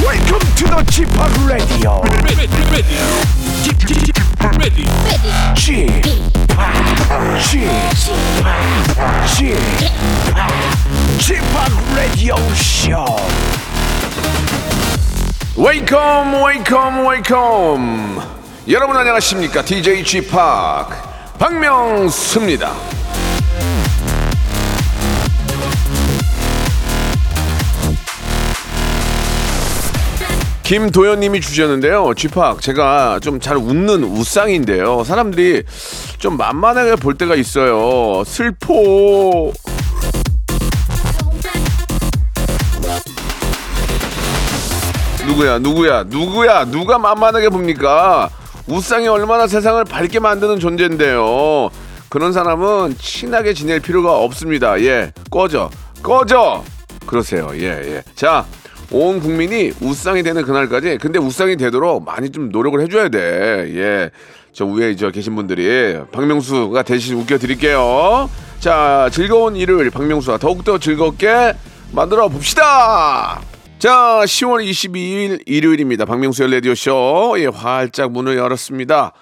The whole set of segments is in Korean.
Welcome to the g p o p Radio. ready, ready, ready, ready. g p o p G-POP, g p o p Radio Show. 웨이컴 웨이컴 웨이컴 여러분 안녕하십니까 DJ g p o p 박명수입니다 김도현님이 주셨는데요. 쥐팍, 제가 좀 잘 웃는 웃상인데요. 사람들이 좀 만만하게 볼 때가 있어요. 슬퍼. 누구야 누구야 누구야 누가 만만하게 봅니까 우상이 얼마나 세상을 밝게 만드는 존재인데요 그런 사람은 친하게 지낼 필요가 없습니다 예 꺼져 꺼져 그러세요 예, 예예자온 국민이 우상이 되는 그날까지 근데 우상이 되도록 많이 좀 노력을 해줘야 돼예저 위에 저 계신 분들이 박명수가 대신 웃겨드릴게요 자 즐거운 일요일 박명수와 더욱더 즐겁게 만들어 봅시다. 자, 10월 22일 일요일입니다. 박명수의 라디오쇼. 예, 활짝 문을 열었습니다.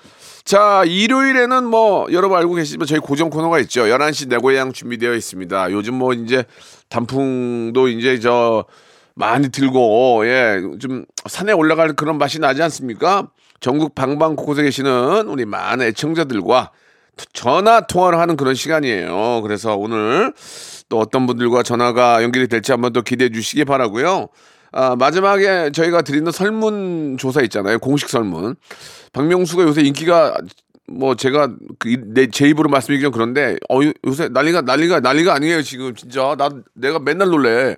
자, 일요일에는 뭐, 여러분 알고 계시지만 저희 고정 코너가 있죠. 11시 내 고향 준비되어 있습니다. 요즘 뭐, 이제 단풍도 이제 저, 많이 들고, 예, 좀 산에 올라갈 그런 맛이 나지 않습니까? 전국 방방 곳곳에 계시는 우리 많은 애청자들과 전화 통화를 하는 그런 시간이에요. 그래서 오늘 또 어떤 분들과 전화가 연결이 될지 한번 또 기대해 주시기 바라고요. 아, 마지막에 저희가 드리는 설문 조사 있잖아요. 공식 설문. 박명수가 요새 인기가 뭐 제가 그내제 입으로 말씀드리기 좀 그런데 어 요- 요새 난리가 난리가 난리가 아니에요 지금 진짜 나 내가 맨날 놀래.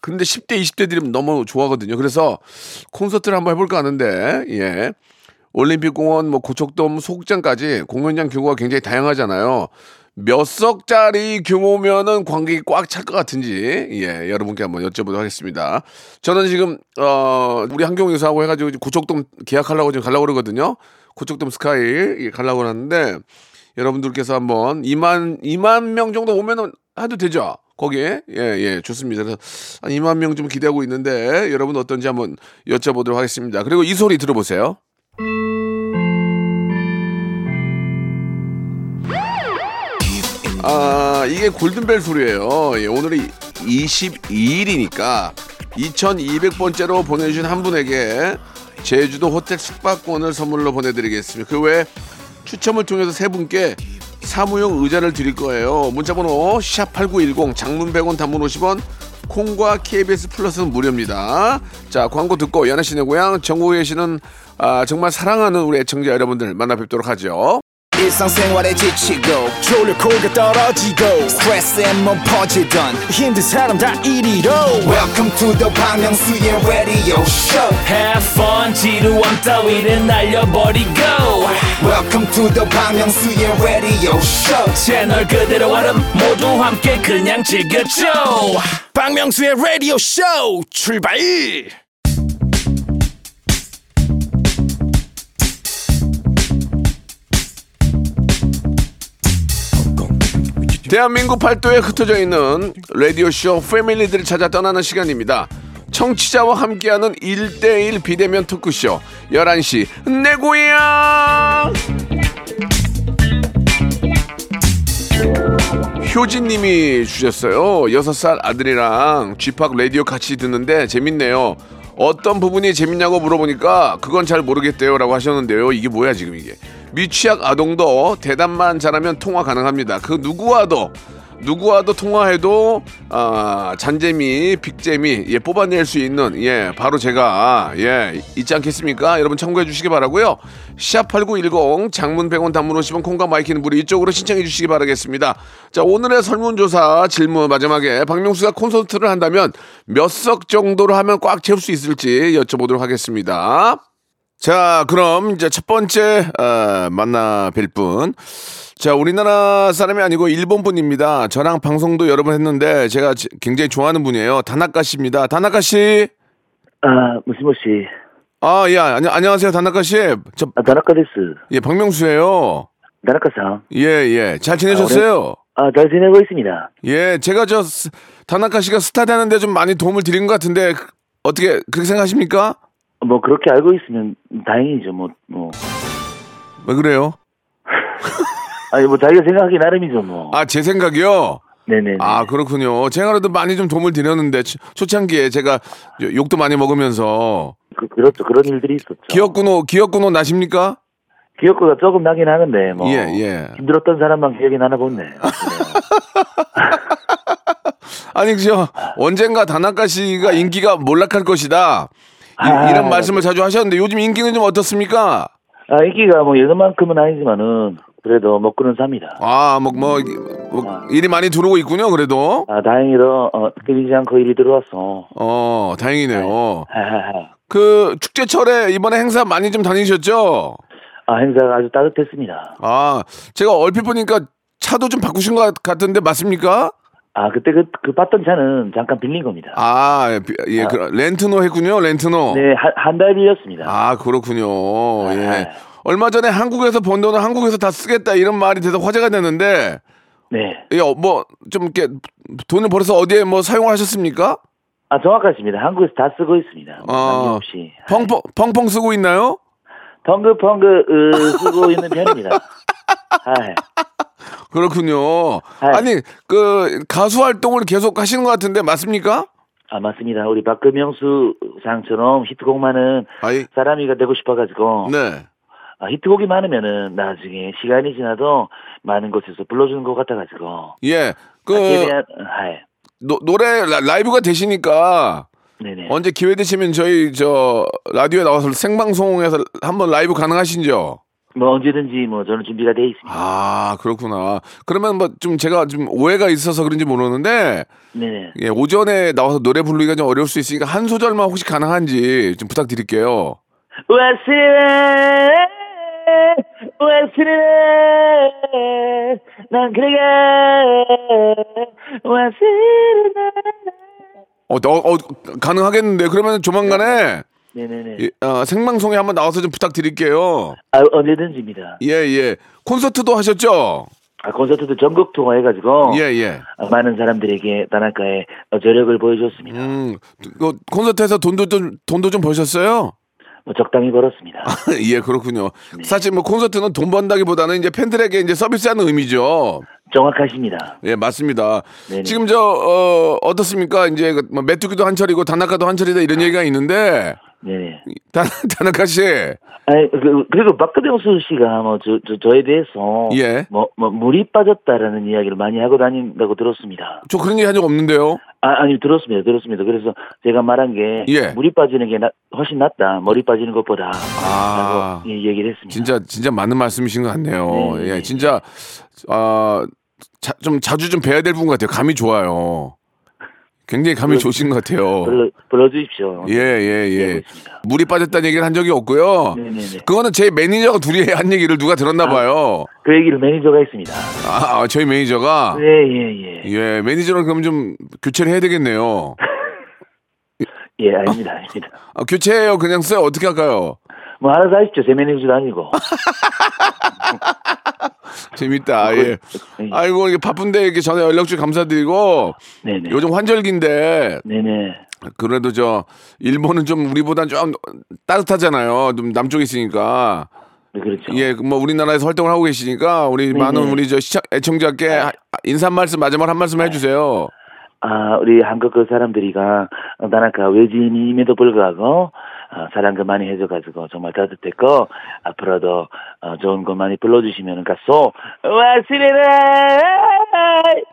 근데 10대 20대들이 너무 좋아하거든요. 그래서 콘서트를 한번 해볼까 하는데 예. 올림픽공원, 뭐 고척돔, 소극장까지 공연장 규모가 굉장히 다양하잖아요. 몇 석짜리 규모면은 관객이 꽉 찰 것 같은지 예 여러분께 한번 여쭤보도록 하겠습니다. 저는 지금 어 우리 한경 의사하고 해가지고 이제 고척돔 계약하려고 지금 가려고 그러거든요. 고척돔 스카이 예, 가려고 하는데 여러분들께서 한번 2만 2만 명 정도 오면은 해도 되죠. 거기에 예 예 좋습니다. 그래서 한 2만 명 좀 기대하고 있는데 여러분 어떤지 한번 여쭤보도록 하겠습니다. 그리고 이 소리 들어보세요. 아, 이게 골든벨 소리예요. 예, 오늘이 22일이니까 2200번째로 보내주신 한 분에게 제주도 호텔 숙박권을 선물로 보내드리겠습니다. 그 외에 추첨을 통해서 세 분께 사무용 의자를 드릴 거예요. 문자번호 샵8910 장문 100원 단문 50원 콩과 KBS 플러스는 무료입니다. 자 광고 듣고 연하 씨네 고향 전국에 계시는 아, 정말 사랑하는 우리 애청자 여러분들 만나 뵙도록 하죠. 일상생활에 지치고, 졸려 코가 떨어지고, 스트레스에 몸 퍼지던, 힘든 사람 다 이리로. welcome to the Bang Myung-soo's radio show Have fun 지루함 따위를 날려버리고 welcome to the Bang Myung-soo's radio show 채널 그대로 얼음 모두 함께 그냥 즐겨줘 박명수의 라디오 쇼 출발! 대한민국 팔도에 흩어져 있는 라디오쇼 패밀리들을 찾아 떠나는 시간입니다. 청취자와 함께하는 1대1 비대면 토크쇼 11시 내 고향 효진님이 주셨어요. 6살 아들이랑 쥐팍 라디오 같이 듣는데 재밌네요. 어떤 부분이 재밌냐고 물어보니까 그건 잘 모르겠대요 라고 하셨는데요. 이게 뭐야 지금 이게. 미취학 아동도 대답만 잘하면 통화 가능합니다. 그 누구와도 누구와도 통화해도 아, 잔재미, 빅재미 예, 뽑아낼 수 있는 예 바로 제가 예 있지 않겠습니까? 여러분 참고해 주시기 바라고요. 샵8910 장문 100원 단문 50원 콩과 마이키는 무료 이쪽으로 신청해 주시기 바라겠습니다. 자 오늘의 설문조사 질문 마지막에 박명수가 콘서트를 한다면 몇 석 정도로 하면 꽉 채울 수 있을지 여쭤보도록 하겠습니다. 자, 그럼 이제 첫 번째 어, 만나 뵐 분. 자, 우리나라 사람이 아니고 일본 분입니다. 저랑 방송도 여러 번 했는데 제가 지- 굉장히 좋아하는 분이에요. 다나카 씨입니다. 다나카 씨. あーもしもし、 아, 예, 안녕- 안녕하세요, 다나카 씨. 저 あ田中です。 예, 박명수예요. 田中さん、 예, 예. 잘 지내셨어요? あー大事なごいすみな。 예, 제가 저 스- 다나카 씨가 스타 되는데 좀 많이 도움을 드린 것 같은데 어떻게 그렇게 생각하십니까? 뭐 그렇게 알고 있으면 다행이죠. 뭐 뭐. 왜 그래요? 아니 뭐 자기가 생각하기 나름이죠. 뭐. 아 제 생각이요. 네네. 아 그렇군요. 제가 그래도 많이 좀 도움을 드렸는데 초- 초창기에 제가 욕도 많이 먹으면서 그, 그렇죠. 그런 일들이 있었죠. 기억군호 기억군호 나십니까? 기억보다 조금 나긴 하는데 뭐. 예, 예. 힘들었던 사람만 기억이 나나 보네. 아니 그죠 언젠가 다나카 씨가 인기가 몰락할 것이다 이, 아. 런 말씀을 자주 하셨는데 요즘 인기는 좀 어떻습니까? 아 인기가 뭐 예전만큼은 아니지만은 그래도 먹고는 삽니다. 아뭐뭐 뭐 일이 많이 들어오고 있군요 그래도 아 다행히도 어, 끊이지 않고 일이 들어왔어. 어 다행이네요 하하하. 그 축제철에 이번에 행사 많이 좀 다니셨죠? 아 행사가 아주 따뜻했습니다. 아 제가 얼핏 보니까 차도 좀 바꾸신 것 같은데 맞습니까? 아 그때 그, 그 봤던 차는 잠깐 빌린 겁니다. 아예 그, 렌트노 했군요 렌트노 네, 한 달 빌렸습니다. 아 그렇군요 예 네. 얼마 전에 한국에서 번 돈을 한국에서 다 쓰겠다 이런 말이 돼서 화제가 됐는데 네. 예뭐좀 이렇게 돈을 벌어서 어디에 뭐 사용하셨습니까? 아, 정확하십니다. 한국에서 다 쓰고 있습니다. 어, 없이. 펑펑 펑펑 쓰고 있나요? 덩그펑그 으, 쓰고 있는 편입니다. 아, 예. 하이. 네. 그렇군요. 아니 그 가수 활동을 계속 하시는 것 같은데 맞습니까? 아, 맞습니다. 우리 박금영수 상처럼 히트곡만은 아이 사람이가 되고 싶어가지고 네. 아, 히트곡이 많으면은 나중에 시간이 지나도 많은 곳에서 불러주는 것 같아가지고 예. 그 아, 예. 최대한 하이. 노, 노래 라- 라이브가 되시니까 네네. 언제 기회 되시면 저희 저 라디오에 나와서 생방송에서 한번 라이브 가능하신지요? 뭐 언제든지 뭐 저는 준비가 돼 있습니다. 아 그렇구나. 그러면 뭐 좀 제가 좀 오해가 있어서 그런지 모르는데 네네. 예, 오전에 나와서 노래 부르기가 좀 어려울 수 있으니까 한 소절만 혹시 가능한지 좀 부탁드릴게요. 웨슬레 웨슬레 난 그대가 웨슬레 어, 어, 어, 가능하겠는데 그러면 조만간에 네네네 예, 아, 생방송에 한번 나와서 좀 부탁드릴게요. 아, 언제든지입니다 예, 예. 콘서트도 하셨죠? 아, 콘서트도 전국 투어 해가지고 예, 예. 아, 많은 사람들에게 다나카의 어, 저력을 보여줬습니다 음, 그 콘서트에서 돈도 좀 돈도 좀 버셨어요? 뭐 적당히 벌었습니다 예, 그렇군요. 네. 사실 뭐 콘서트는 돈 번다기보다는 이제 팬들에게 이제 서비스하는 의미죠. 정확하십니다 예, 맞습니다. 네네. 지금 저 어, 어떻습니까? 이제 그뭐 메뚜기도 한철이고 다나카도 한철이다 이런 아. 얘기가 있는데 네네 다, 다나카 씨, 아니, 그, 그리고 박근영수 씨가 뭐 저, 저, 저에 대해서 예. 뭐, 뭐 물이 빠졌다라는 이야기를 많이 하고 다닌다고 들었습니다 저 그런 얘기 한 적 없는데요. 아, 아니, 들었습니다. 들었습니다. 그래서 제가 말한 게, 예. 물이 빠지는 게 나- 훨씬 낫다. 머리 빠지는 것보다. 아. 라고 예, 얘기를 했습니다. 진짜 진짜 맞는 말씀이신 것 같네요. 네. 예, 진짜 아, 자, 좀 자주 좀 뵈야 될 분 같아요. 감이 좋아요. 굉장히 감이 좋으신 것 같아요. 불러, 불러주십시오. 예, 예, 네, 예. 그렇습니다. 물이 빠졌다는 얘기를 한 적이 없고요. 네, 네, 네. 그거는 제 매니저가 둘이 한 얘기를 누가 들었나 봐요. 그 얘기를 매니저가 했습니다. 아, 아, 저희 매니저가 예, 예, 예. 예, 매니저랑 그럼 좀 교체를 해야 되겠네요. 예, 아닙니다. 아닙니다. 아, 교체해요. 그냥 써요. 어떻게 할까요? 뭐, 알아서 하십시오. 제 매니저도 아니고. 재밌다. 예. 네. 아이고 이게 바쁜데 이렇게 전화 연락 주셔서 감사드리고 네네. 요즘 환절기인데 네네. 그래도 저 일본은 좀 우리보단 좀 따뜻하잖아요. 좀 남쪽에 있으니까 네, 그렇죠. 예, 뭐 우리나라에서 활동을 하고 계시니까 우리 네, 많은 우리 저 시청 애청자께 하- 인사 한 말씀 마지막 한 말씀 해주세요. 아, 우리 한국 그 사람들이가, 어, 나나까 외지인임에도 불구하고, 어, 사랑 그 많이 해줘가지고, 정말 따뜻했고, 앞으로도, 어, 좋은 거 많이 불러주시면 가서, 와시레라!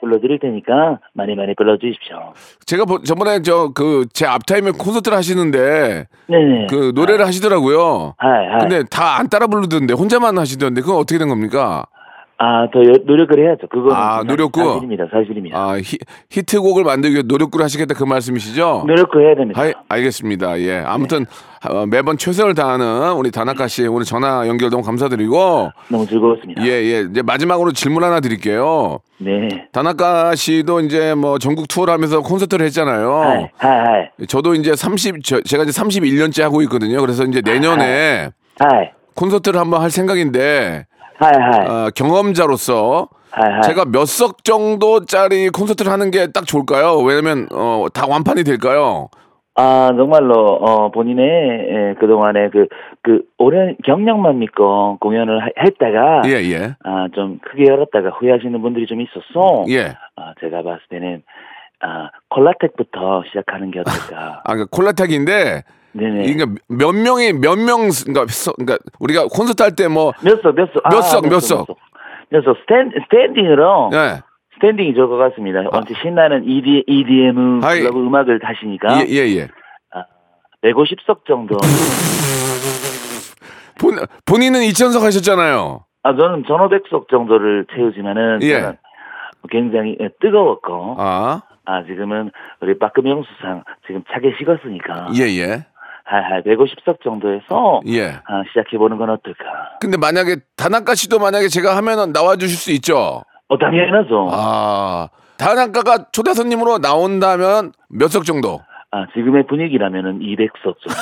불러드릴 테니까, 많이 많이 불러주십시오. 제가 보- 저번에 저 그 제 앞타임에 콘서트를 하시는데 네네. 아. 그 노래를 하시더라고요. 하이, 하이. 근데 다 안 따라 부르던데 혼자만 하시던데 그건 어떻게 된 겁니까? 아, 더 여- 노력을 해야죠. 그거는. 아, 노력구? 사실입니다. 사실입니다. 아 히, 히트곡을 만들기 위해 노력을 하시겠다 그 말씀이시죠? 아, 노력을 해야 됩니다. 알, 알겠습니다. 예. 아무튼 어, 매번 최선을 다하는 우리 다나카 씨 오늘 전화 연결 너무 감사드리고 너무 즐거웠습니다. 예, 예. 이제 마지막으로 질문 하나 드릴게요. 네. 다나카 씨도 이제 뭐 전국 투어를 하면서 콘서트를 하이, 했잖아요. 하이, 하이. 저도 이제 30 저, 제가 이제 31년째 하고 있거든요. 그래서 이제 내년에 하이, 콘서트를 한번 할 생각인데 하이, 하이. 어, 경험자로서 하이, 하이. 제가 몇 석 정도짜리 콘서트를 하는 게 딱 좋을까요? 왜냐면 어, 다 완판이 될까요? 아, 정말로, 어, 본인의, 예, 그동안의 그, 그, 오랜 경력만 믿고 공연을 하- 했다가, 예, 예. 아, 좀 크게 열었다가 후회하시는 분들이 좀 있어서, 예. 아, 제가 봤을 때는, 아, 콜라텍부터 시작하는 게 어떨까. 아, 그러니까 콜라텍인데 네네. 그러니까 몇 명이 몇 명 그러니까, 서- 그러니까 우리가 콘서트 할 때 뭐 몇 석, 아, 몇 석. 몇 석, 몇 석. 몇 석. 스탠, 스탠딩으로, 예. 아. 스탠딩이 좋을 것 같습니다. 언제 신나는 E ED, EDM 아이. 라고 음악을 하시니까, 예, 예, 예. 150석 정도. 본 본인은 2000석 하셨잖아요. 아, 저는 1500석 정도를 채우지만은, 예. 저는 굉장히 예, 뜨거웠고, 아. 아, 지금은 우리 박금영 수상 지금 차게 식었으니까 예, 예. 하하 150석 정도에서 예. 아, 시작해 보는 건 어떨까? 근데 만약에 다나카 씨도 만약에 제가 하면은 나와 주실 수 있죠. 어 당연하죠. 아, 아. 다나카가 초대 손님으로 나온다면 몇 석 정도? 아, 지금의 분위기라면은 200석 정도.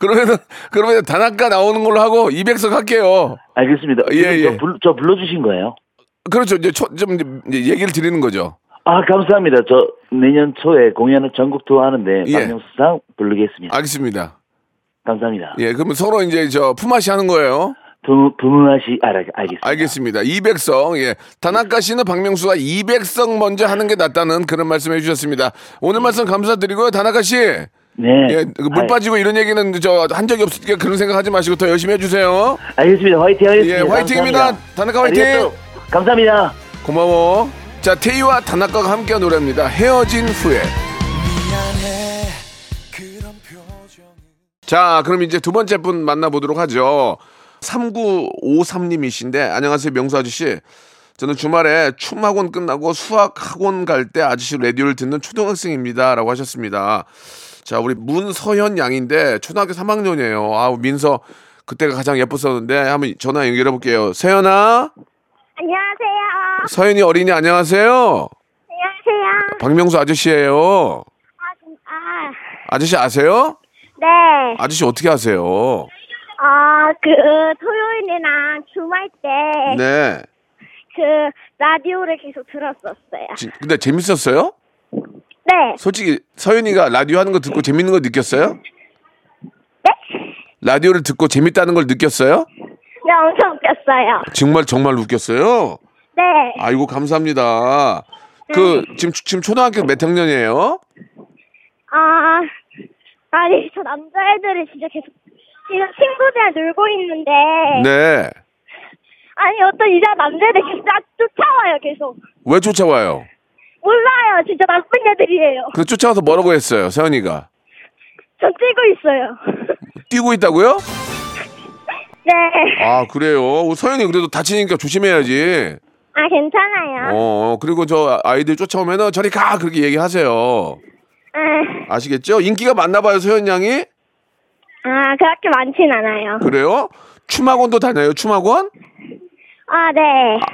그러면은 그러면 다나카 나오는 걸로 하고 200석 할게요. 알겠습니다. 예, 지금 예. 저, 불, 저 불러주신 거예요? 그렇죠. 이제 초, 좀 이제 얘기를 드리는 거죠. 아 감사합니다. 저 내년 초에 공연을 전국 투어하는데 예. 박명수상 부르겠습니다. 알겠습니다. 감사합니다. 예, 그러면 서로 이제 저 품앗이 하는 거예요. 부무 부무하시 아, 알 알겠습니다. 알겠습니다. 200성. 예. 다나카 씨는 박명수가 200성 먼저 하는 게 낫다는 그런 말씀해 주셨습니다. 오늘 말씀 감사드리고요. 다나카 씨. 네. 예, 그물 아이, 빠지고 이런 얘기는 저 한 적이 없으니까 그런 생각 하지 마시고 더 열심히 해 주세요. 알겠습니다. 화이팅 하겠습니다. 예, 화이팅입니다. 감사합니다. 다나카 화이팅! 아리가또. 감사합니다. 고마워. 자, 테이와 다나카가 함께한 노래입니다. 헤어진 후에. 자, 그럼 이제 두 번째 분 만나보도록 하죠. 3953님이신데, 안녕하세요, 명수 아저씨. 저는 주말에 춤학원 끝나고 수학학원 갈 때 아저씨 라디오를 듣는 초등학생입니다. 라고 하셨습니다. 자, 우리 문서현 양인데, 초등학교 3학년이에요. 아우, 민서, 그때가 가장 예뻤었는데, 한번 전화 연결해 볼게요. 세연아? 안녕하세요. 서현이 어린이 안녕하세요. 안녕하세요. 박명수 아저씨예요. 아, 진- 아, 아저씨 아세요? 네. 아저씨 어떻게 아세요? 아, 그 토요일이나 주말 때 그 네. 라디오를 계속 들었었어요. 지- 근데 재밌었어요? 네. 솔직히 서현이가 라디오 하는 거 듣고 재밌는 거 느꼈어요? 네? 라디오를 듣고 재밌다는 걸 느꼈어요? 네, 엄청 웃겼어요. 정말 정말 웃겼어요. 네. 아이고 감사합니다. 그 지금 지금 초등학교 몇 학년이에요? 아, 아니, 저 남자애들이 진짜 계속 지금 친구들이랑 놀고 있는데 네. 아니, 어떤 이자 남자애들 계속 나 쫓아와요, 계속. 왜 쫓아와요? 몰라요. 진짜 나쁜 애들이에요. 그 쫓아와서 뭐라고 했어요, 서현이가? 전 뛰고 있어요. 뛰고 있다고요? 네. 아 그래요. 서현이 그래도 다치니까 조심해야지. 아, 괜찮아요. 어, 그리고 저 아이들 쫓아오면은 저리 가! 그렇게 얘기하세요. 아, 아시겠죠? 인기가 많나 봐요, 소연 양이. 아, 그렇게 많진 않아요. 그래요? 춤학원도 다녀요, 춤학원? 아, 네.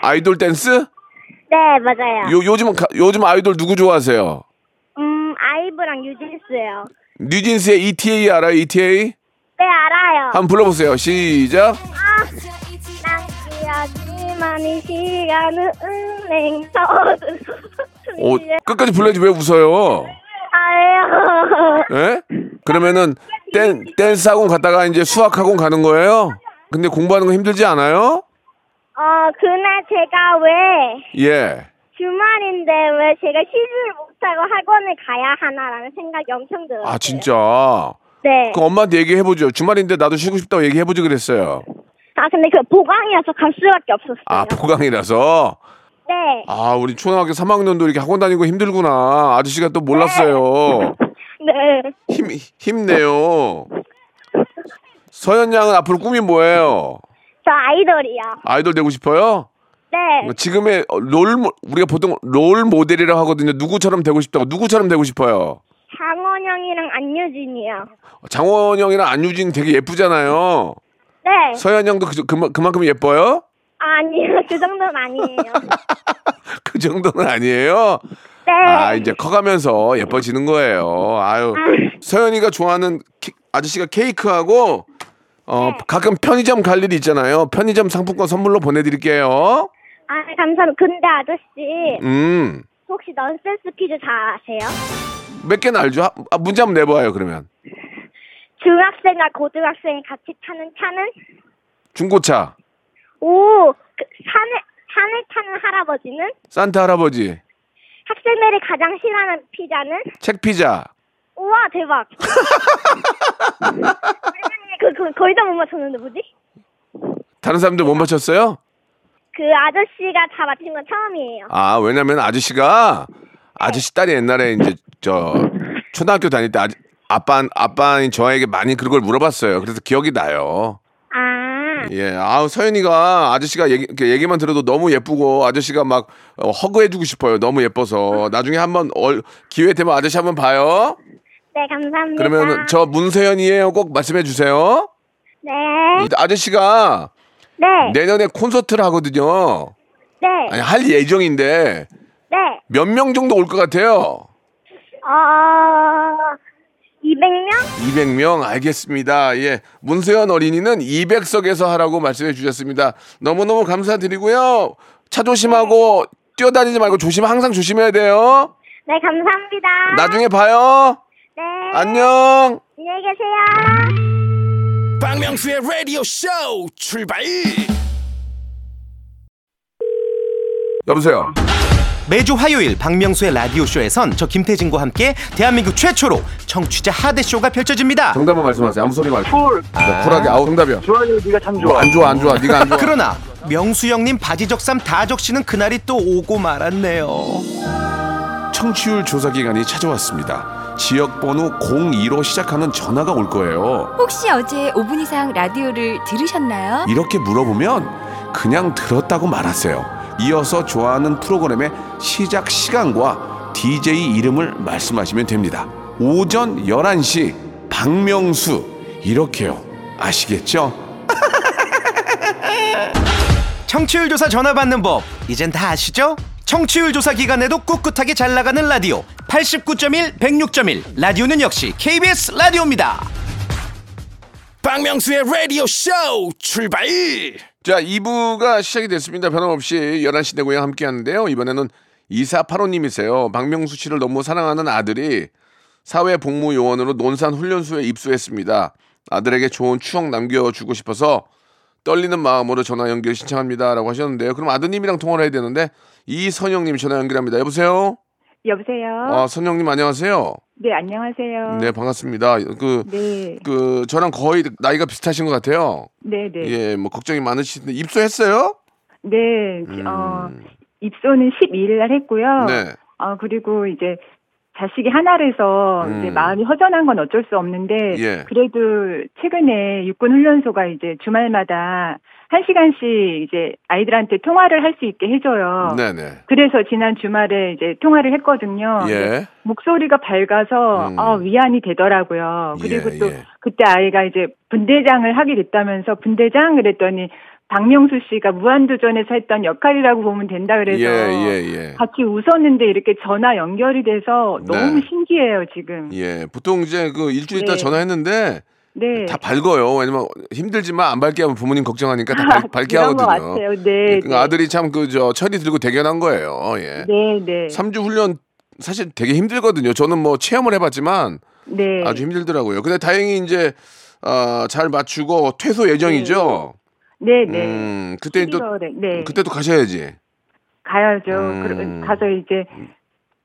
아이돌 댄스? 네, 맞아요. 요, 요즘, 가- 요즘 아이돌 누구 좋아하세요? 음, 아이브랑 유진스요. 뉴진스의 ETA 알아요, ETA? 네, 알아요. 아, 한번 불러보세요. 시작. 난 기억이만 이 시간은 은행 서든 오, 끝까지 불러야지 왜 웃어요? 아유. 예? 그러면은 댄, 댄스 학원 갔다가 이제 수학 학원 가는 거예요? 근데 공부하는 거 힘들지 않아요? 어, 그날 제가 왜 예. 주말인데 왜 제가 쉬지를 못하고 학원을 가야 하나라는 생각이 엄청 들어요. 아, 진짜. 네. 그 엄마한테 얘기해보죠. 주말인데 나도 쉬고 싶다고 얘기해보지 그랬어요. 아, 근데 그 보강이어서 갈 수밖에 없었어요. 아, 보강이라서. 네. 아, 우리 초등학교 3학년도 이렇게 학원 다니고 힘들구나. 아저씨가 또 몰랐어요. 네. 힘, 힘내요. 서현 양은 앞으로 꿈이 뭐예요? 저 아이돌이요. 아이돌 되고 싶어요? 그 네. 지금의 롤, 모- 우리가 보통 롤 모델이라고 하거든요. 누구처럼 되고 싶다고. 누구처럼 되고 싶어요? 장원영이랑 안유진이요. 장원영이랑 안유진 되게 예쁘잖아요. 네. 서현 양도 그, 그만- 그만큼 예뻐요? 아니요, 그 정도는 아니에요. 그 정도는 아니에요. 네. 아 이제 커가면서 예뻐지는 거예요. 아유 서연이가 좋아하는 케- 아저씨가 케이크하고 어 가끔 편의점 갈 일이 있잖아요. 편의점 상품권 선물로 보내드릴게요. 아, 감사합니다. 근데 아저씨, 음 혹시 넌센스 퀴즈 잘 아세요? 몇 개나 알죠? 하- 아, 문제 한번 내봐요 그러면. 중학생과 고등학생이 같이 타는 차는? 중고차, 오, 그 산을, 산을 타는 할아버지는? 산타 할아버지, 학생들이 가장 싫어하는 피자는? 책 피자. 우와, 대박. 아니, 그, 그, 거의 다 못 맞췄는데, 뭐지? 다른 사람들 못 맞췄어요? 그 아저씨가 다 맞힌 건 처음이에요. 아 왜냐면 아저씨가 아저씨 딸이 옛날에 이제 저 초등학교 다닐 때 아저, 아빠 아빠인 저에게 많이 그걸 물어봤어요. 그래서 기억이 나요. 아, 예, 아우 서연이가 아저씨가 얘기, 이렇게 얘기만 들어도 너무 예쁘고 아저씨가 막 어, 허그해주고 싶어요. 너무 예뻐서 나중에 한번 얼- 기회 되면 아저씨 한번 봐요. 네, 감사합니다. 그러면 저 문서연이에요. 꼭 말씀해 주세요. 네, 이 아저씨가 네, 네, 내년에 콘서트를 하거든요. 아니 네, 할 예정인데 몇 명 정도 올 것 같아요? 어, 200명? 200명 알겠습니다. 예. 문세현 어린이는 200석에서 하라고 말씀해 주셨습니다. 너무너무 감사드리고요. 차 조심하고 뛰어다니지 말고 조심 항상 조심해야 돼요. 네, 감사합니다. 나중에 아. 봐요. 네, 안녕. 안녕히 계세요. 박명수의 라디오 쇼 출발 여보세요. 매주 화요일 박명수의 라디오쇼에선 저 김태진과 함께 대한민국 최초로 청취자 하대쇼가 펼쳐집니다. 정답만 말씀하세요. 아무 소리 말고. 풀. 쿨하게. 아우 정답이야. 좋아요. 네가 참 좋아. 안 좋아. 안 좋아. 네가 안 좋아. 그러나 명수 형님 바지 적삼 다 적시는 그날이 또 오고 말았네요. 청취율 조사 기간이 찾아왔습니다. 지역 번호 02로 시작하는 전화가 올 거예요. 혹시 어제 5분 이상 라디오를 들으셨나요? 이렇게 물어보면 그냥 들었다고 말하세요. 이어서 좋아하는 프로그램의 시작 시간과 DJ 이름을 말씀하시면 됩니다. 오전 11시 박명수 이렇게요. 아시겠죠? 청취율 조사 전화 받는 법 이젠 다 아시죠? 청취율 조사 기간에도 꿋꿋하게 잘 나가는 라디오 89.1 106.1 라디오는 역시 KBS 라디오입니다. 박명수의 라디오 쇼 출발 자, 2부가 시작이 됐습니다. 변함없이 11시 내 고향 함께 하는데요. 이번에는 2485님이세요. 박명수 씨를 너무 사랑하는 아들이 사회복무요원으로 논산 훈련소에 입소했습니다. 아들에게 좋은 추억 남겨주고 싶어서 떨리는 마음으로 전화 연결 신청합니다. 라고 하셨는데요. 그럼 아드님이랑 통화를 해야 되는데 이선영님 전화 연결합니다. 여보세요? 여보세요. 아, 선영님 안녕하세요. 네 안녕하세요. 네, 반갑습니다. 그, 네, 그, 저랑 거의 나이가 비슷하신 것 같아요. 네, 네. 예, 뭐 걱정이 많으신데 입소했어요? 음, 네, 어, 입소는 12일 날 했고요. 네. 어, 그리고 이제 자식이 하나라서 음. 어, 이제 마음이 허전한 건 어쩔 수 없는데 예. 그래도 최근에 육군 훈련소가 이제 주말마다 한 시간씩 이제 아이들한테 통화를 할 수 있게 해줘요. 네네. 그래서 지난 주말에 이제 통화를 했거든요. 예. 목소리가 밝아서 음. 아, 위안이 되더라고요. 그리고 예, 또 예. 그때 아이가 이제 분대장을 하게 됐다면서 분대장 그랬더니 박명수 씨가 무한도전에서 했던 역할이라고 보면 된다 그래서 예, 예, 예. 같이 웃었는데 이렇게 전화 연결이 돼서 너무 네. 신기해요 지금. 예. 보통 이제 그 일주일 있다 네. 전화했는데 네. 다 밝어요. 왜냐면 힘들지만 안 밝게 하면 부모님 걱정하니까 다 밝, 밝게 그런 것 하거든요. 같아요. 예, 네. 그 아들이 참 그 저 철이 들고 대견한 거예요. 예. 네, 네. 삼 3주 훈련 사실 되게 힘들거든요. 저는 뭐 체험을 해봤지만 네. 아주 힘들더라고요. 근데 다행히 이제 어, 잘 맞추고 퇴소 예정이죠. 네, 네. 음, 그때 또 11월에, 네. 그때 또 가셔야지. 가야죠. 음. 그러- 가서 이제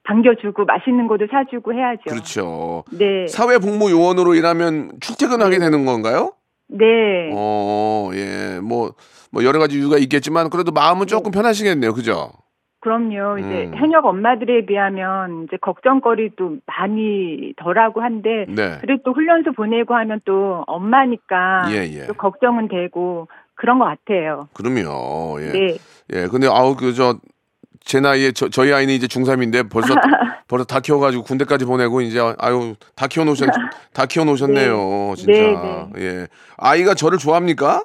반겨주고 맛있는 것도 사주고 해야죠. 그렇죠. 네. 사회복무 요원으로 일하면 출퇴근하게 되는 건가요? 네. 어, 예, 뭐, 뭐 여러 가지 이유가 있겠지만 그래도 마음은 조금 편하시겠네요, 그죠? 그럼요. 이제 음. 현역 엄마들에 비하면 이제 걱정거리도 많이 덜하고 한데 네. 그래도 또 훈련소 보내고 하면 또 엄마니까 예, 예. 또 걱정은 되고 그런 것 같아요. 그럼요. 예, 그렇죠. 네. 예. 근데 아우 그 저 제 나이에 저, 저희 아이는 이제 중3인데 벌써 벌써 다 키워가지고 군대까지 보내고 이제 아유 다 키워놓으셨 다 키워놓으셨네요, 진짜. 네, 예. 아이가 저를 좋아합니까?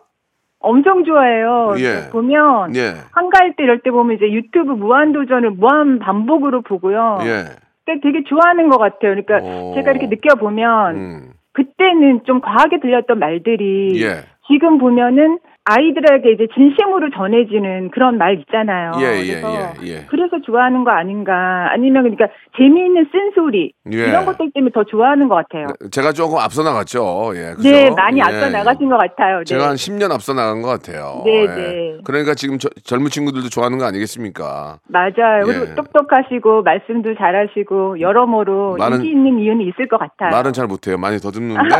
엄청 좋아해요. 예. 보면 예. 한가할 때 이럴 때 보면 이제 유튜브 무한도전을 무한 반복으로 보고요. 예. 그때 되게 좋아하는 것 같아요. 그러니까 오. 제가 이렇게 느껴보면 음. 그때는 좀 과하게 들렸던 말들이 예. 지금 보면은 아이들에게 이제 진심으로 전해지는 그런 말 있잖아요. 예, 예, 어, 그래서 예, 예. 그래서 좋아하는 거 아닌가 아니면 그러니까 재미있는 쓴소리 예. 이런 것들 때문에 더 좋아하는 것 같아요. 제가 조금 앞서 나갔죠. 예. 그죠? 네, 많이 예, 앞서 예. 나가신 것 같아요. 네. 제가 한 10년 앞서 나간 것 같아요. 네, 예. 네. 그러니까 지금 저- 젊은 친구들도 좋아하는 거 아니겠습니까? 맞아요. 예. 그리고 똑똑하시고 말씀도 잘하시고 여러모로 많은- 인기 있는 이유는 있을 것 같아요. 말은 잘 못해요. 많이 더듬는데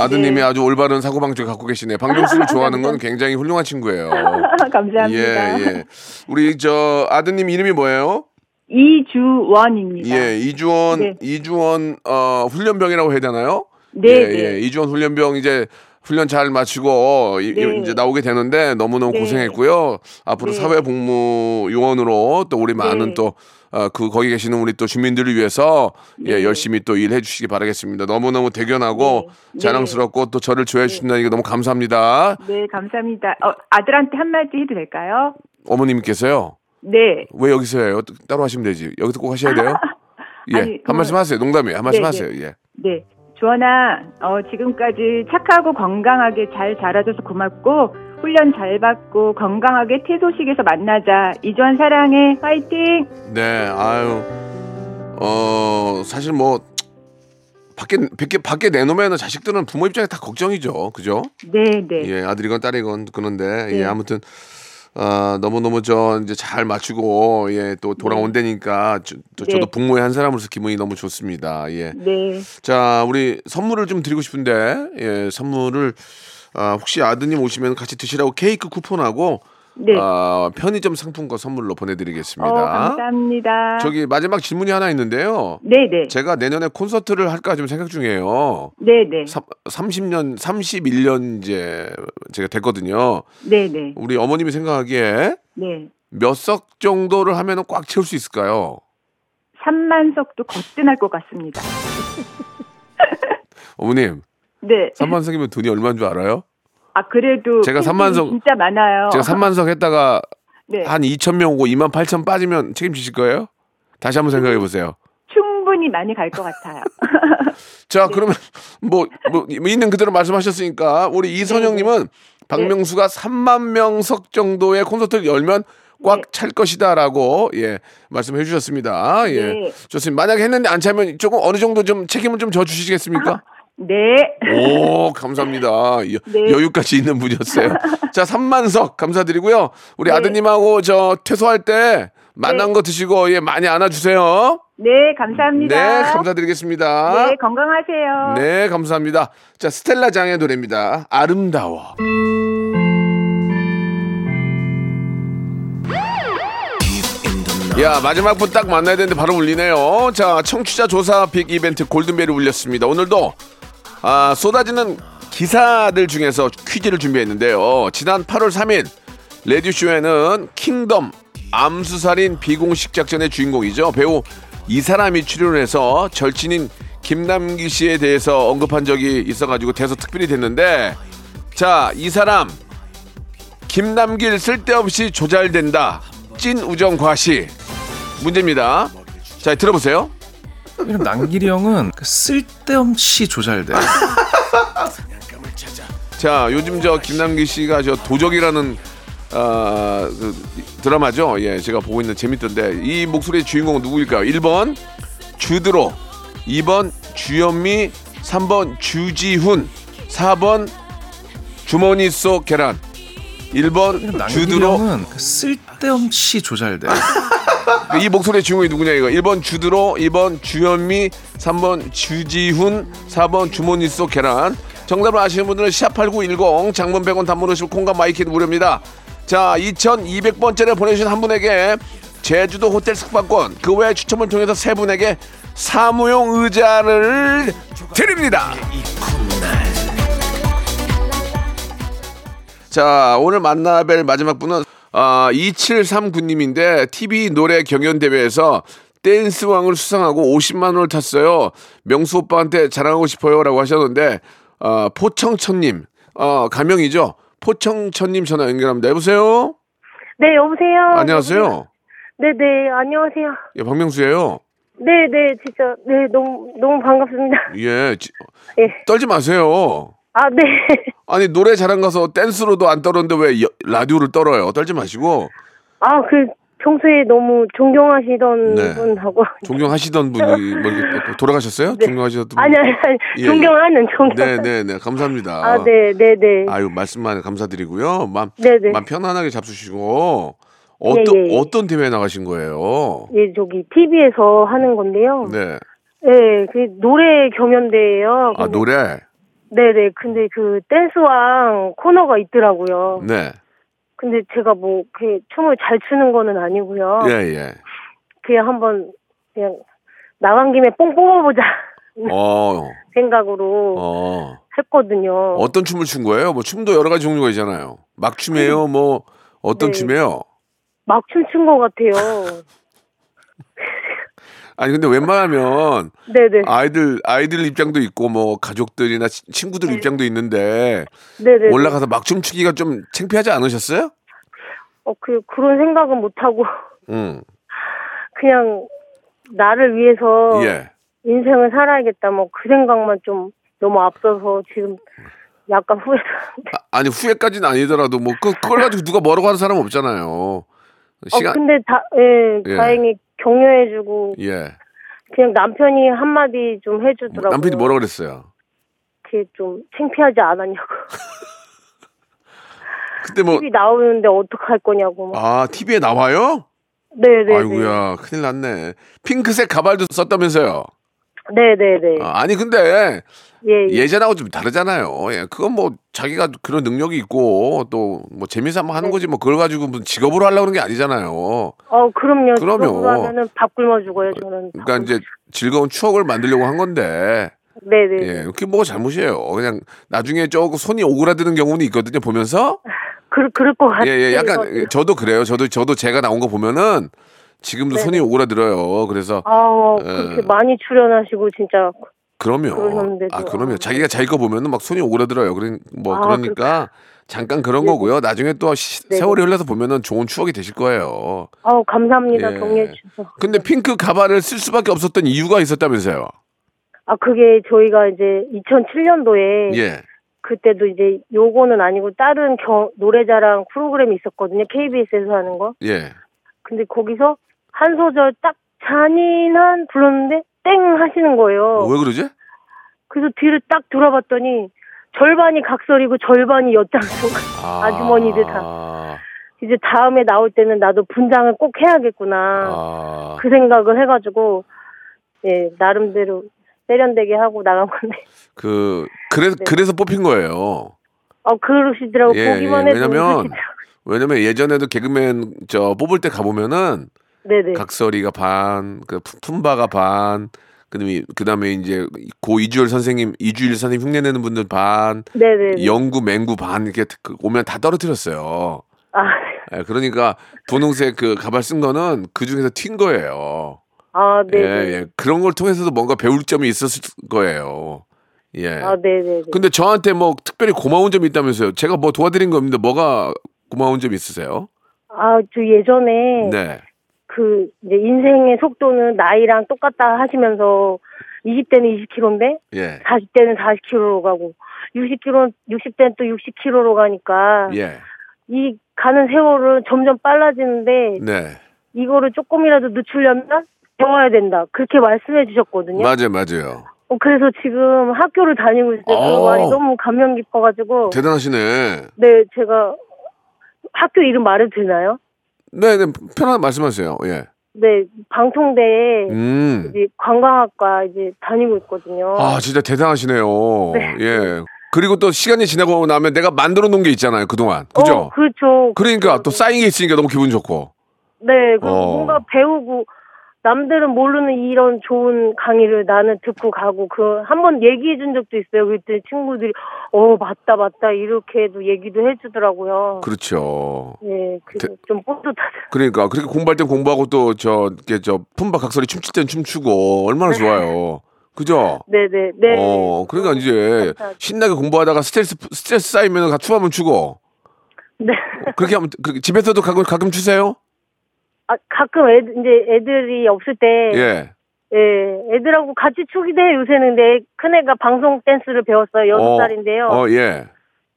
아드님이 아주 올바른 사고방식 갖고 계시네. 박명수를 좋아하는 건 굉장히 훌륭한 친구예요. 예, 감사합니다. 예. 우리 저 아드님 이름이 뭐예요? 이주원입니다. 예, 이주원, 아. 네. 이주원 어, 훈련병이라고 해야 되나요? 네, 예, 네. 예, 이주원 훈련병 이제 훈련 잘 마치고 이, 네. 제 나오게 되는데 너무너무 네. 고생했고요. 앞으로 네. 사회복무 요원으로 또 우리 많은 네. 또 어, 그 거기 계시는 우리 또 주민들을 위해서 예, 네. 열심히 또 일해 주시기 바라겠습니다. 너무너무 대견하고 자랑스럽고 또 저를 좋아해 주신다니까 너무 감사합니다. 네, 감사합니다. 어, 아들한테 한마디 해도 될까요? 어머님께서요. 네. 왜 여기서 해요? 따로 하시면 되지. 여기서 꼭 하셔야 돼요. 예. 아니, 한 그건- 말씀 하세요. 농담이에요. 한 말씀 네, 하세요. 네. 예. 네. 주원아, 어, 지금까지 착하고 건강하게 잘 자라줘서 고맙고, 훈련 잘 받고, 건강하게 태소식에서 만나자. 이주원 사랑해. 화이팅! 네, 아유, 어 사실 뭐 밖에 밖에 밖에 내놓으면 자식들은 부모 입장에 다 걱정이죠, 그죠? 네, 네. 예, 아들이건 딸이건 그런데 네. 예 아무튼 아 너무 너무 저 이제 잘 맞추고 예 또 돌아온다니까 저, 저, 네. 도 부모의 한 사람으로서 기분이 너무 좋습니다. 예, 네. 자 우리 선물을 좀 드리고 싶은데 예 선물을 아 혹시 아드님 오시면 같이 드시라고 케이크 쿠폰하고 네. 아 편의점 상품권 선물로 보내드리겠습니다. 어, 감사합니다. 저기 마지막 질문이 하나 있는데요. 네, 네. 제가 내년에 콘서트를 할까 지금 생각 중이에요. 네, 네. 삼 30년, 31년 이제 제가 됐거든요. 네, 네. 우리 어머님이 생각하기에 네. 몇 석 정도를 하면 꽉 채울 수 있을까요? 3만석도 거뜬할 것 같습니다. 어머님, 네. 3만 석이면 돈이 얼마인 줄 알아요? 아, 그래도. 제가 팬들이 삼만석- 진짜 많아요. 제가 3만 석 했다가 어. 네. 한 2천 명 오고 2만 8천 빠지면 책임지실 거예요? 다시 한번 생각해 보세요. 충분히 많이 갈 것 같아요. 자, 네. 그러면 뭐, 뭐 있는 그대로 말씀하셨으니까 우리 네, 이선영님은 박명수가 3만 명석 정도의 콘서트를 열면 네. 꽉 찰 것이다라고 예 말씀해 주셨습니다. 예 네. 좋습니다. 만약에 했는데 안 차면 조금 어느 정도 좀 책임을 좀 져 주시겠습니까? 네. 오 감사합니다. 여, 네. 여유까지 있는 분이었어요. 자 3만석 감사드리고요. 우리 네. 아드님하고 저 퇴소할 때 만난 거 드시고 예 많이 안아주세요. 네, 감사합니다. 네 감사드리겠습니다. 네, 건강하세요. 네, 감사합니다. 자, 스텔라 장의 노래입니다. 아름다워. 야, 마지막 분 딱 만나야 되는데 바로 울리네요. 자, 청취자 조사 빅 이벤트 골든벨이 울렸습니다. 오늘도 아, 쏟아지는 기사들 중에서 퀴즈를 준비했는데요. 지난 8월 3일 레디쇼에는 킹덤 암수살인 비공식 작전의 주인공이죠. 배우 이 사람이 출연해서 절친인 김남기 씨에 대해서 언급한 적이 있어가지고 대서 특별히 됐는데 자, 이 사람 김남길 쓸데없이 조잘된다. 찐 우정 과시 문제입니다. 자, 들어보세요. 남길이 형은 그 쓸데없이 조잘돼. 자 요즘 저 김남기 씨가 저 도적이라는 아, 그 드라마죠. 예, 제가 보고 있는 재밌던데 이 목소리의 주인공은 누구일까요? 1번 주드로, 2번 주현미, 3번 주지훈, 4번 주머니 속 계란, 1번 남길이 주드로. 형은 그 쓸데없이 조잘돼. 그 이 목소리의 주인공이 누구냐 이거. 1번 주드로, 2번 주현미, 3번 주지훈, 4번 주머니 속 계란. 정답을 아시는 분들은 샵8910 장문 100원 단문 50 콩과 마이키드 무료입니다. 자, 2200번째를 보내주신 한 분에게 제주도 호텔 숙박권 그 외 추첨을 통해서 세 분에게 사무용 의자를 드립니다. 자, 오늘 만나뵐 마지막 분은 아, 2739님인데 TV 노래 경연 대회에서 댄스왕을 수상하고 50만 원을 탔어요. 명수 오빠한테 자랑하고 싶어요라고 하셨는데 아, 포청천님 어, 가명이죠. 포청천님 전화 연결합니다. 여보세요. 네, 여보세요. 안녕하세요. 네, 네, 안녕하세요. 예, 박명수예요. 네, 네, 진짜 네, 너무 너무 반갑습니다. 예, 지- 예. 떨지 마세요. 아, 네. 아니 노래 잘한 가서 댄스로도 안 떨었는데 왜 여- 라디오를 떨어요? 떨지 마시고 아, 그 평소에 너무 존경하시던 네. 분하고 존경하시던 분이 뭐 이렇게 또 돌아가셨어요? 존경하시던 분. 네. 아니, 아니, 아니 예, 예. 존경하는 존경. 네네네 감사합니다. 아, 네, 네, 네. 아유 말씀만 감사드리고요. 맘, 네네. 맘 편안하게 잡수시고 어떤 예, 예. 어떤 대회 에 나가신 거예요? 예, 저기 TV에서 하는 건데요. 네. 네, 그 노래 경연대예요. 아 노래. 네, 네. 근데 그 댄스왕 코너가 있더라고요. 네. 근데 제가 뭐 그 춤을 잘 추는 거는 아니고요. 예 예. 그냥 한번 그냥 나간 김에 뽕 뽑아보자 어. 생각으로 어. 했거든요. 어떤 춤을 춘 거예요? 뭐 춤도 여러 가지 종류가 있잖아요. 막춤이에요. 뭐 어떤 음. 네. 춤이에요? 막 춤춘 것 같아요. 아니 근데 웬만하면 네네. 아이들 아이들 입장도 있고 뭐 가족들이나 치- 친구들 입장도 있는데 네. 네네. 올라가서 막 춤추기가 좀 창피하지 않으셨어요? 어, 그, 그런 생각은 못하고, 응. 그냥 나를 위해서 예. 인생을 살아야겠다, 뭐, 그 생각만 좀 너무 앞서서 지금 약간 어, 후회도 하는데. 아니 후회까지는 아니더라도 뭐 그, 그걸 가지고 누가 뭐라고 하는 사람 없잖아요. 어, 시간 근데 다, 예, 예. 다행히 격려해주고, 예. 그냥 남편이 한마디 좀 해주더라고요. 남편이 뭐라 그랬어요? 그게 좀 창피하지 않았냐고. 아. 그때 뭐 TV 나오는데 어떡할 거냐고. 막. 아, TV에 나와요? 뭐? 네네네. 아, 아이고야, 큰일 났네. 핑크색 가발도 썼다면서요. 네네네. 아, 아니 근데 예, 예. 예전하고 좀 다르잖아요. 예, 그건 뭐 자기가 그런 능력이 있고 또 뭐 재미삼아 네. 하는 거지 뭐 그걸 가지고 무슨 직업으로 하려고 그런 게 아니잖아요. 어, 그럼요. 그럼요. 그러고 하면은 밥 굶어 죽어요, 저는. 그러니까 이제 즐거운 추억을 만들려고 한 건데 네네. 예, 그게 뭐가 잘못이에요. 그냥 나중에 조금 손이 오그라드는 경우는 있거든요. 보면서 그, 그럴 것 예, 같아요. 예, 약간 예, 저도 그래요. 저도 저도 제가 나온 거 보면은 지금도 손이 오그라들어요. 그래서 네, 아, 예. 그렇게 많이 출연하시고 진짜 그럼요. 그러셨는데도. 아, 그럼요. 자기가 자기 거 보면은 막 손이 오그라들어요. 그런 뭐 아, 그러니까 잠깐 그런 거고요. 나중에 또 시- 네. 세월이 흘러서 보면은 좋은 추억이 되실 거예요. 아우 감사합니다 예. 격려해 주셔서. 근데 핑크 가발을 쓸 수밖에 없었던 이유가 있었다면서요. 아 그게 저희가 이제 2007년도에 예. 그때도 이제 요거는 아니고 다른 겨, 노래자랑 프로그램이 있었거든요. KBS에서 하는 거. 예. 근데 거기서 한 소절 딱 잔인한 불렀는데 땡 하시는 거예요. 왜 그러지? 그래서 뒤를 딱 돌아봤더니 절반이 각설이고 절반이 엿장수 아. 아주머니들 다. 이제 다음에 나올 때는 나도 분장을 꼭 해야겠구나. 아. 그 생각을 해가지고 예 나름대로 세련되게 하고 나간 건데 그 그래서 네. 그래서 뽑힌 거예요. 어 그러시더라고 예, 보기만 예. 해도 왜냐면 웃으시더라고요. 왜냐면 예전에도 개그맨 저 뽑을 때 가보면은 네네 각설이가 반, 그 품- 품바가 반, 그다음에 그다음에 이제 고 이주열 선생님, 이주일 선생님 흉내내는 분들 반, 네네 영구 맹구 반 이렇게 그- 오면 다 떨어뜨렸어요. 아아네 예, 그러니까 분홍색 그 가발 쓴 거는 그 중에서 튄 거예요. 아, 예, 예. 그런 걸 통해서도 뭔가 배울 점이 있었을 거예요. 예. 아 네네네 근데 저한테 뭐 특별히 고마운 점이 있다면서요. 제가 뭐 도와드린 거 없는데 뭐가 고마운 점이 있으세요? 아 저 예전에 네. 그 이제 인생의 속도는 나이랑 똑같다 하시면서 20대는 20km인데 예. 40대는 40km로 가고 60km 60대는 또 60km로 가니까 예. 이 가는 세월은 점점 빨라지는데 네. 이거를 조금이라도 늦추려면 배워야 된다. 그렇게 말씀해 주셨거든요. 맞아요, 맞아요. 어, 그래서 지금 학교를 다니고 있어요. 그 아우. 말이 너무 감명 깊어가지고. 대단하시네. 네, 제가 학교 그 이름 말해도 되나요? 네, 네, 편하게 말씀하세요. 예. 네, 방통대에 음. 이제 관광학과 이제 다니고 있거든요. 아, 진짜 대단하시네요. 네. 예. 그리고 또 시간이 지나고 나면 내가 만들어 놓은 게 있잖아요, 그동안. 어, 그죠? 그렇죠. 그러니까 또 쌓인 게 있으니까 너무 기분 좋고. 네, 그리고 어. 뭔가 배우고 남들은 모르는 이런 좋은 강의를 나는 듣고 가고 그 한 번 얘기해 준 적도 있어요. 그때 친구들이 어 맞다 맞다 이렇게도 얘기도 해주더라고요. 그렇죠. 예, 그래서 대- 좀 뿌듯하다. 그러니까 그렇게 공부할 땐 공부하고 또 저 이렇게 저 품바 각설이 춤출 땐 춤추고 얼마나 좋아요. 그죠? 네네 네. 어, 그러니까 이제 신나게 공부하다가 스트레스 스트레스 쌓이면 가 춤 한번 추고 네. 그렇게 하면 그 집에서도 가끔 가끔 추세요? 아 가끔 애 이제 애들이 없을 때 예. 예. 애들하고 같이 추기도 해요. 요새는 내 큰애가 방송 댄스를 배웠어요. 여섯 어, 살인데요. 어, 예.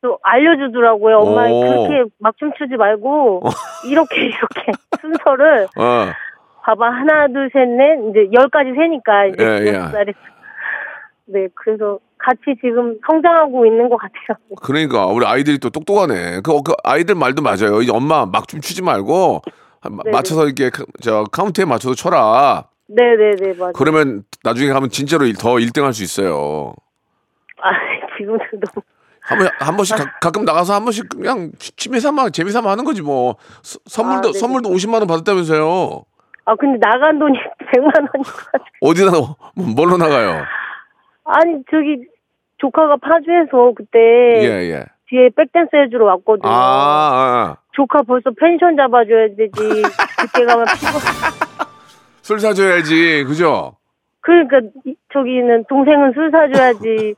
또 알려주더라고요. 엄마 오. 그렇게 막 춤추지 말고 이렇게 이렇게 순서를 어. 봐봐 하나 둘 셋 넷 이제 열까지 세니까 이제 예, 예. 여섯 살이- 네 그래서 같이 지금 성장하고 있는 것 같아요. 그러니까 우리 아이들이 또 똑똑하네. 그, 그 아이들 말도 맞아요. 이 엄마 막 좀 추지 말고 마- 네네. 맞춰서 이렇게 카- 저 카운트에 맞춰서 쳐라. 네네네 맞아요. 그러면 나중에 가면 진짜로 일- 더일등 할 수 있어요. 아 지금도 너무 한 번, 한 번씩 가, 끔 나가서 한 번씩 그냥 취- 취미삼아 재미삼아 하는 거지 뭐 서- 선물도 아, 네네. 선물도 50만 원 받았다면서요. 아 근데 나간 돈이 100만 원인 것 같아요. 어디다 나- 뭘로 나가요? 아니 저기 조카가 파주에서 그때 예 예. 뒤에 백댄스 해주러 왔거든요. 아, 아, 아. 조카 벌써 펜션 잡아줘야 되지. 그때 가면 피곤. 술 사줘야지 그죠? 그러니까 이- 저기는 동생은 술 사줘야지.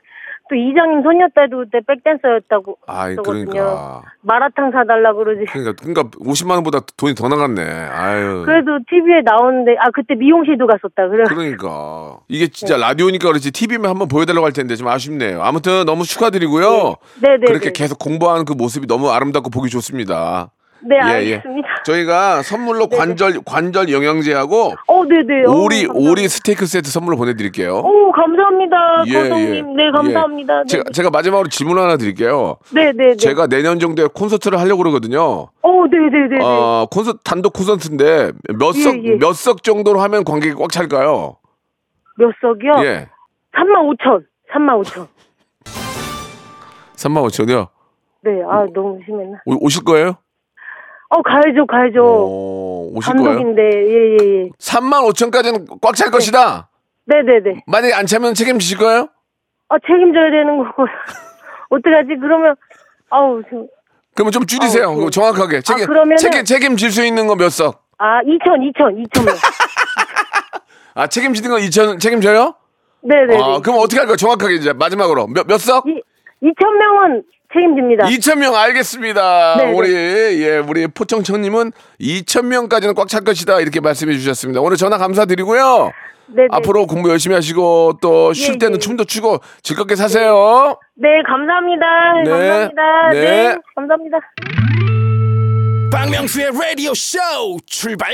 또 이장님 손녀딸도 그때 백댄서였다고 아이, 했었거든요. 그러니까. 마라탕 사달라 그러지. 그러니까 그러니까 50만 원보다 돈이 더 나갔네. 아유. 그래도 TV에 나오는데 아 그때 미용실도 갔었다. 그래. 그러니까 이게 진짜 네. 라디오니까 그렇지 TV면 한번 보여달라고 할 텐데 좀 아쉽네요. 아무튼 너무 축하드리고요. 네, 네, 그렇게 네. 계속 공부하는 그 모습이 너무 아름답고 보기 좋습니다. 네 예, 알겠습니다. 예. 저희가 선물로 관절 관절 영양제하고 어 네, 네네. 어, 오리 감사합니다. 오리 스테이크 세트 선물로 보내드릴게요. 오 감사합니다. 고성님. 네 감사합니다. 예. 제가 제가 마지막으로 질문 하나 드릴게요. 네네네. 제가 내년 정도에 콘서트를 하려고 그러거든요. 오 네네네. 어, 콘서트 단독 콘서트인데 예, 몇석 예. 몇 석 정도로 하면 관객이 꽉 찰까요? 몇 석이요? 예. 3만 5천. 3만 5천. 3만 5천이요. 네. 아 음. 너무 심했나. 오, 오실 거예요? 어 가야죠 가야죠. 오, 오실 거예요? 감독인데 예예예. 3만 5천까지는 꽉 네. 찰 것이다. 네네네. 만약에 안 차면 책임지실 거예요? 아 책임져야 되는 거고. 어떡하지 그러면 아우 저- 그러면 좀 줄이세요. 그거 정확하게 책임 아, 그러면은- 책임 책임질 수 있는 건 몇 석? 아 2천 2천 2천. 아 책임지는 건 2천 책임져요? 네네네. 아, 그럼 어떻게 할까요? 정확하게 이제 마지막으로 몇, 몇 석? 2천 명은 책임집니다. 2천 명 알겠습니다. 아. 네네. 우리 예 우리 포청청님은 2천 명까지는 꽉 찰 것이다 이렇게 말씀해 주셨습니다. 오늘 전화 감사드리고요. 네네. 예, 앞으로 공부 열심히 하시고 또 쉴 때는 춤도 추고 즐겁게 사세요. 네 감사합니다. 네. 감사합니다. 네. 네. 감사합니다. 박명수의 라디오 쇼 출발!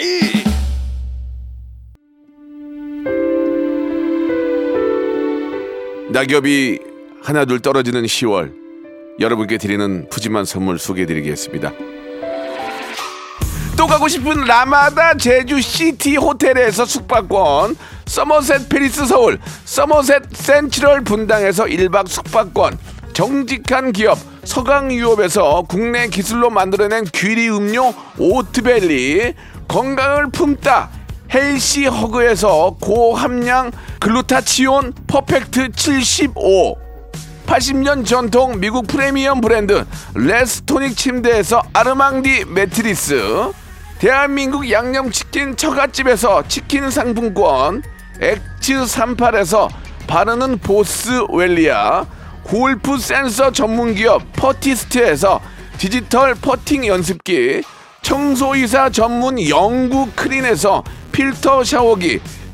낙엽이 하나둘 떨어지는 10월 여러분께 드리는 푸짐한 선물 소개해드리겠습니다. 또 가고 싶은 라마다 제주 시티 호텔에서 숙박권, 서머셋 페리스 서울, 서머셋 센트럴 분당에서 1박 숙박권, 정직한 기업 서강유업에서 국내 기술로 만들어낸 귀리 음료 오트벨리, 건강을 품다 헬시 허그에서 고함량 글루타치온 퍼펙트 75 80년 전통 미국 프리미엄 브랜드 레스토닉 침대에서 아르망디 매트리스 대한민국 양념치킨 처갓집에서 치킨 상품권 엑츠38에서 바르는 보스웰리아 골프 센서 전문기업 퍼티스트에서 디지털 퍼팅 연습기 청소이사 전문 영구 크린에서 필터 샤워기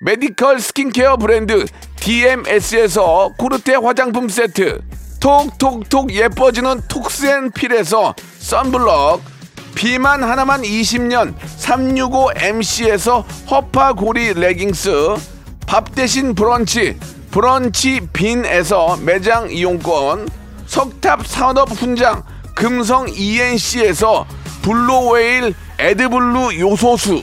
메디컬 스킨케어 브랜드 DMS에서 코르테 화장품 세트 톡톡톡 예뻐지는 톡스앤필에서 썬블럭 비만 하나만 20년 365MC에서 허파고리 레깅스 밥 대신 브런치 브런치 빈에서 매장 이용권 석탑 산업 훈장 금성 ENC에서 블루웨일 에드블루 요소수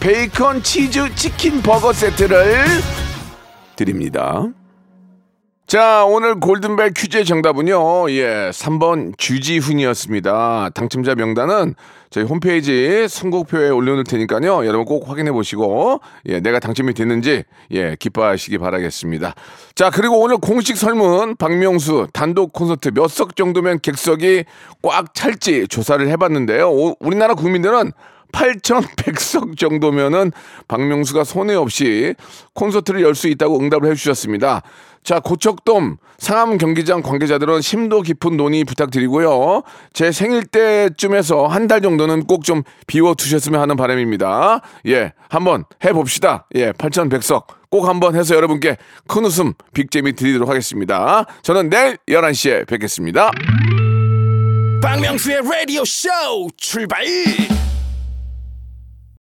베이컨 치즈 치킨 버거 세트를 드립니다. 자, 오늘 골든벨 퀴즈의 정답은요, 예, 3번 주지훈이었습니다. 당첨자 명단은 저희 홈페이지 선곡표에 올려놓을 테니까요, 여러분 꼭 확인해 보시고, 예, 내가 당첨이 됐는지, 예, 기뻐하시기 바라겠습니다. 자, 그리고 오늘 공식 설문 박명수 단독 콘서트 몇 석 정도면 객석이 꽉 찰지 조사를 해봤는데요. 오- 우리나라 국민들은 8,100석 정도면은 박명수가 손해 없이 콘서트를 열 수 있다고 응답을 해주셨습니다. 자, 고척돔 상암 경기장 관계자들은 심도 깊은 논의 부탁드리고요. 제 생일 때쯤에서 한 달 정도는 꼭 좀 비워두셨으면 하는 바람입니다. 예, 한번 해봅시다. 예, 8,100석 꼭 한번 해서 여러분께 큰 웃음, 빅재미 드리도록 하겠습니다. 저는 내일 11시에 뵙겠습니다. 박명수의 라디오 쇼 출발!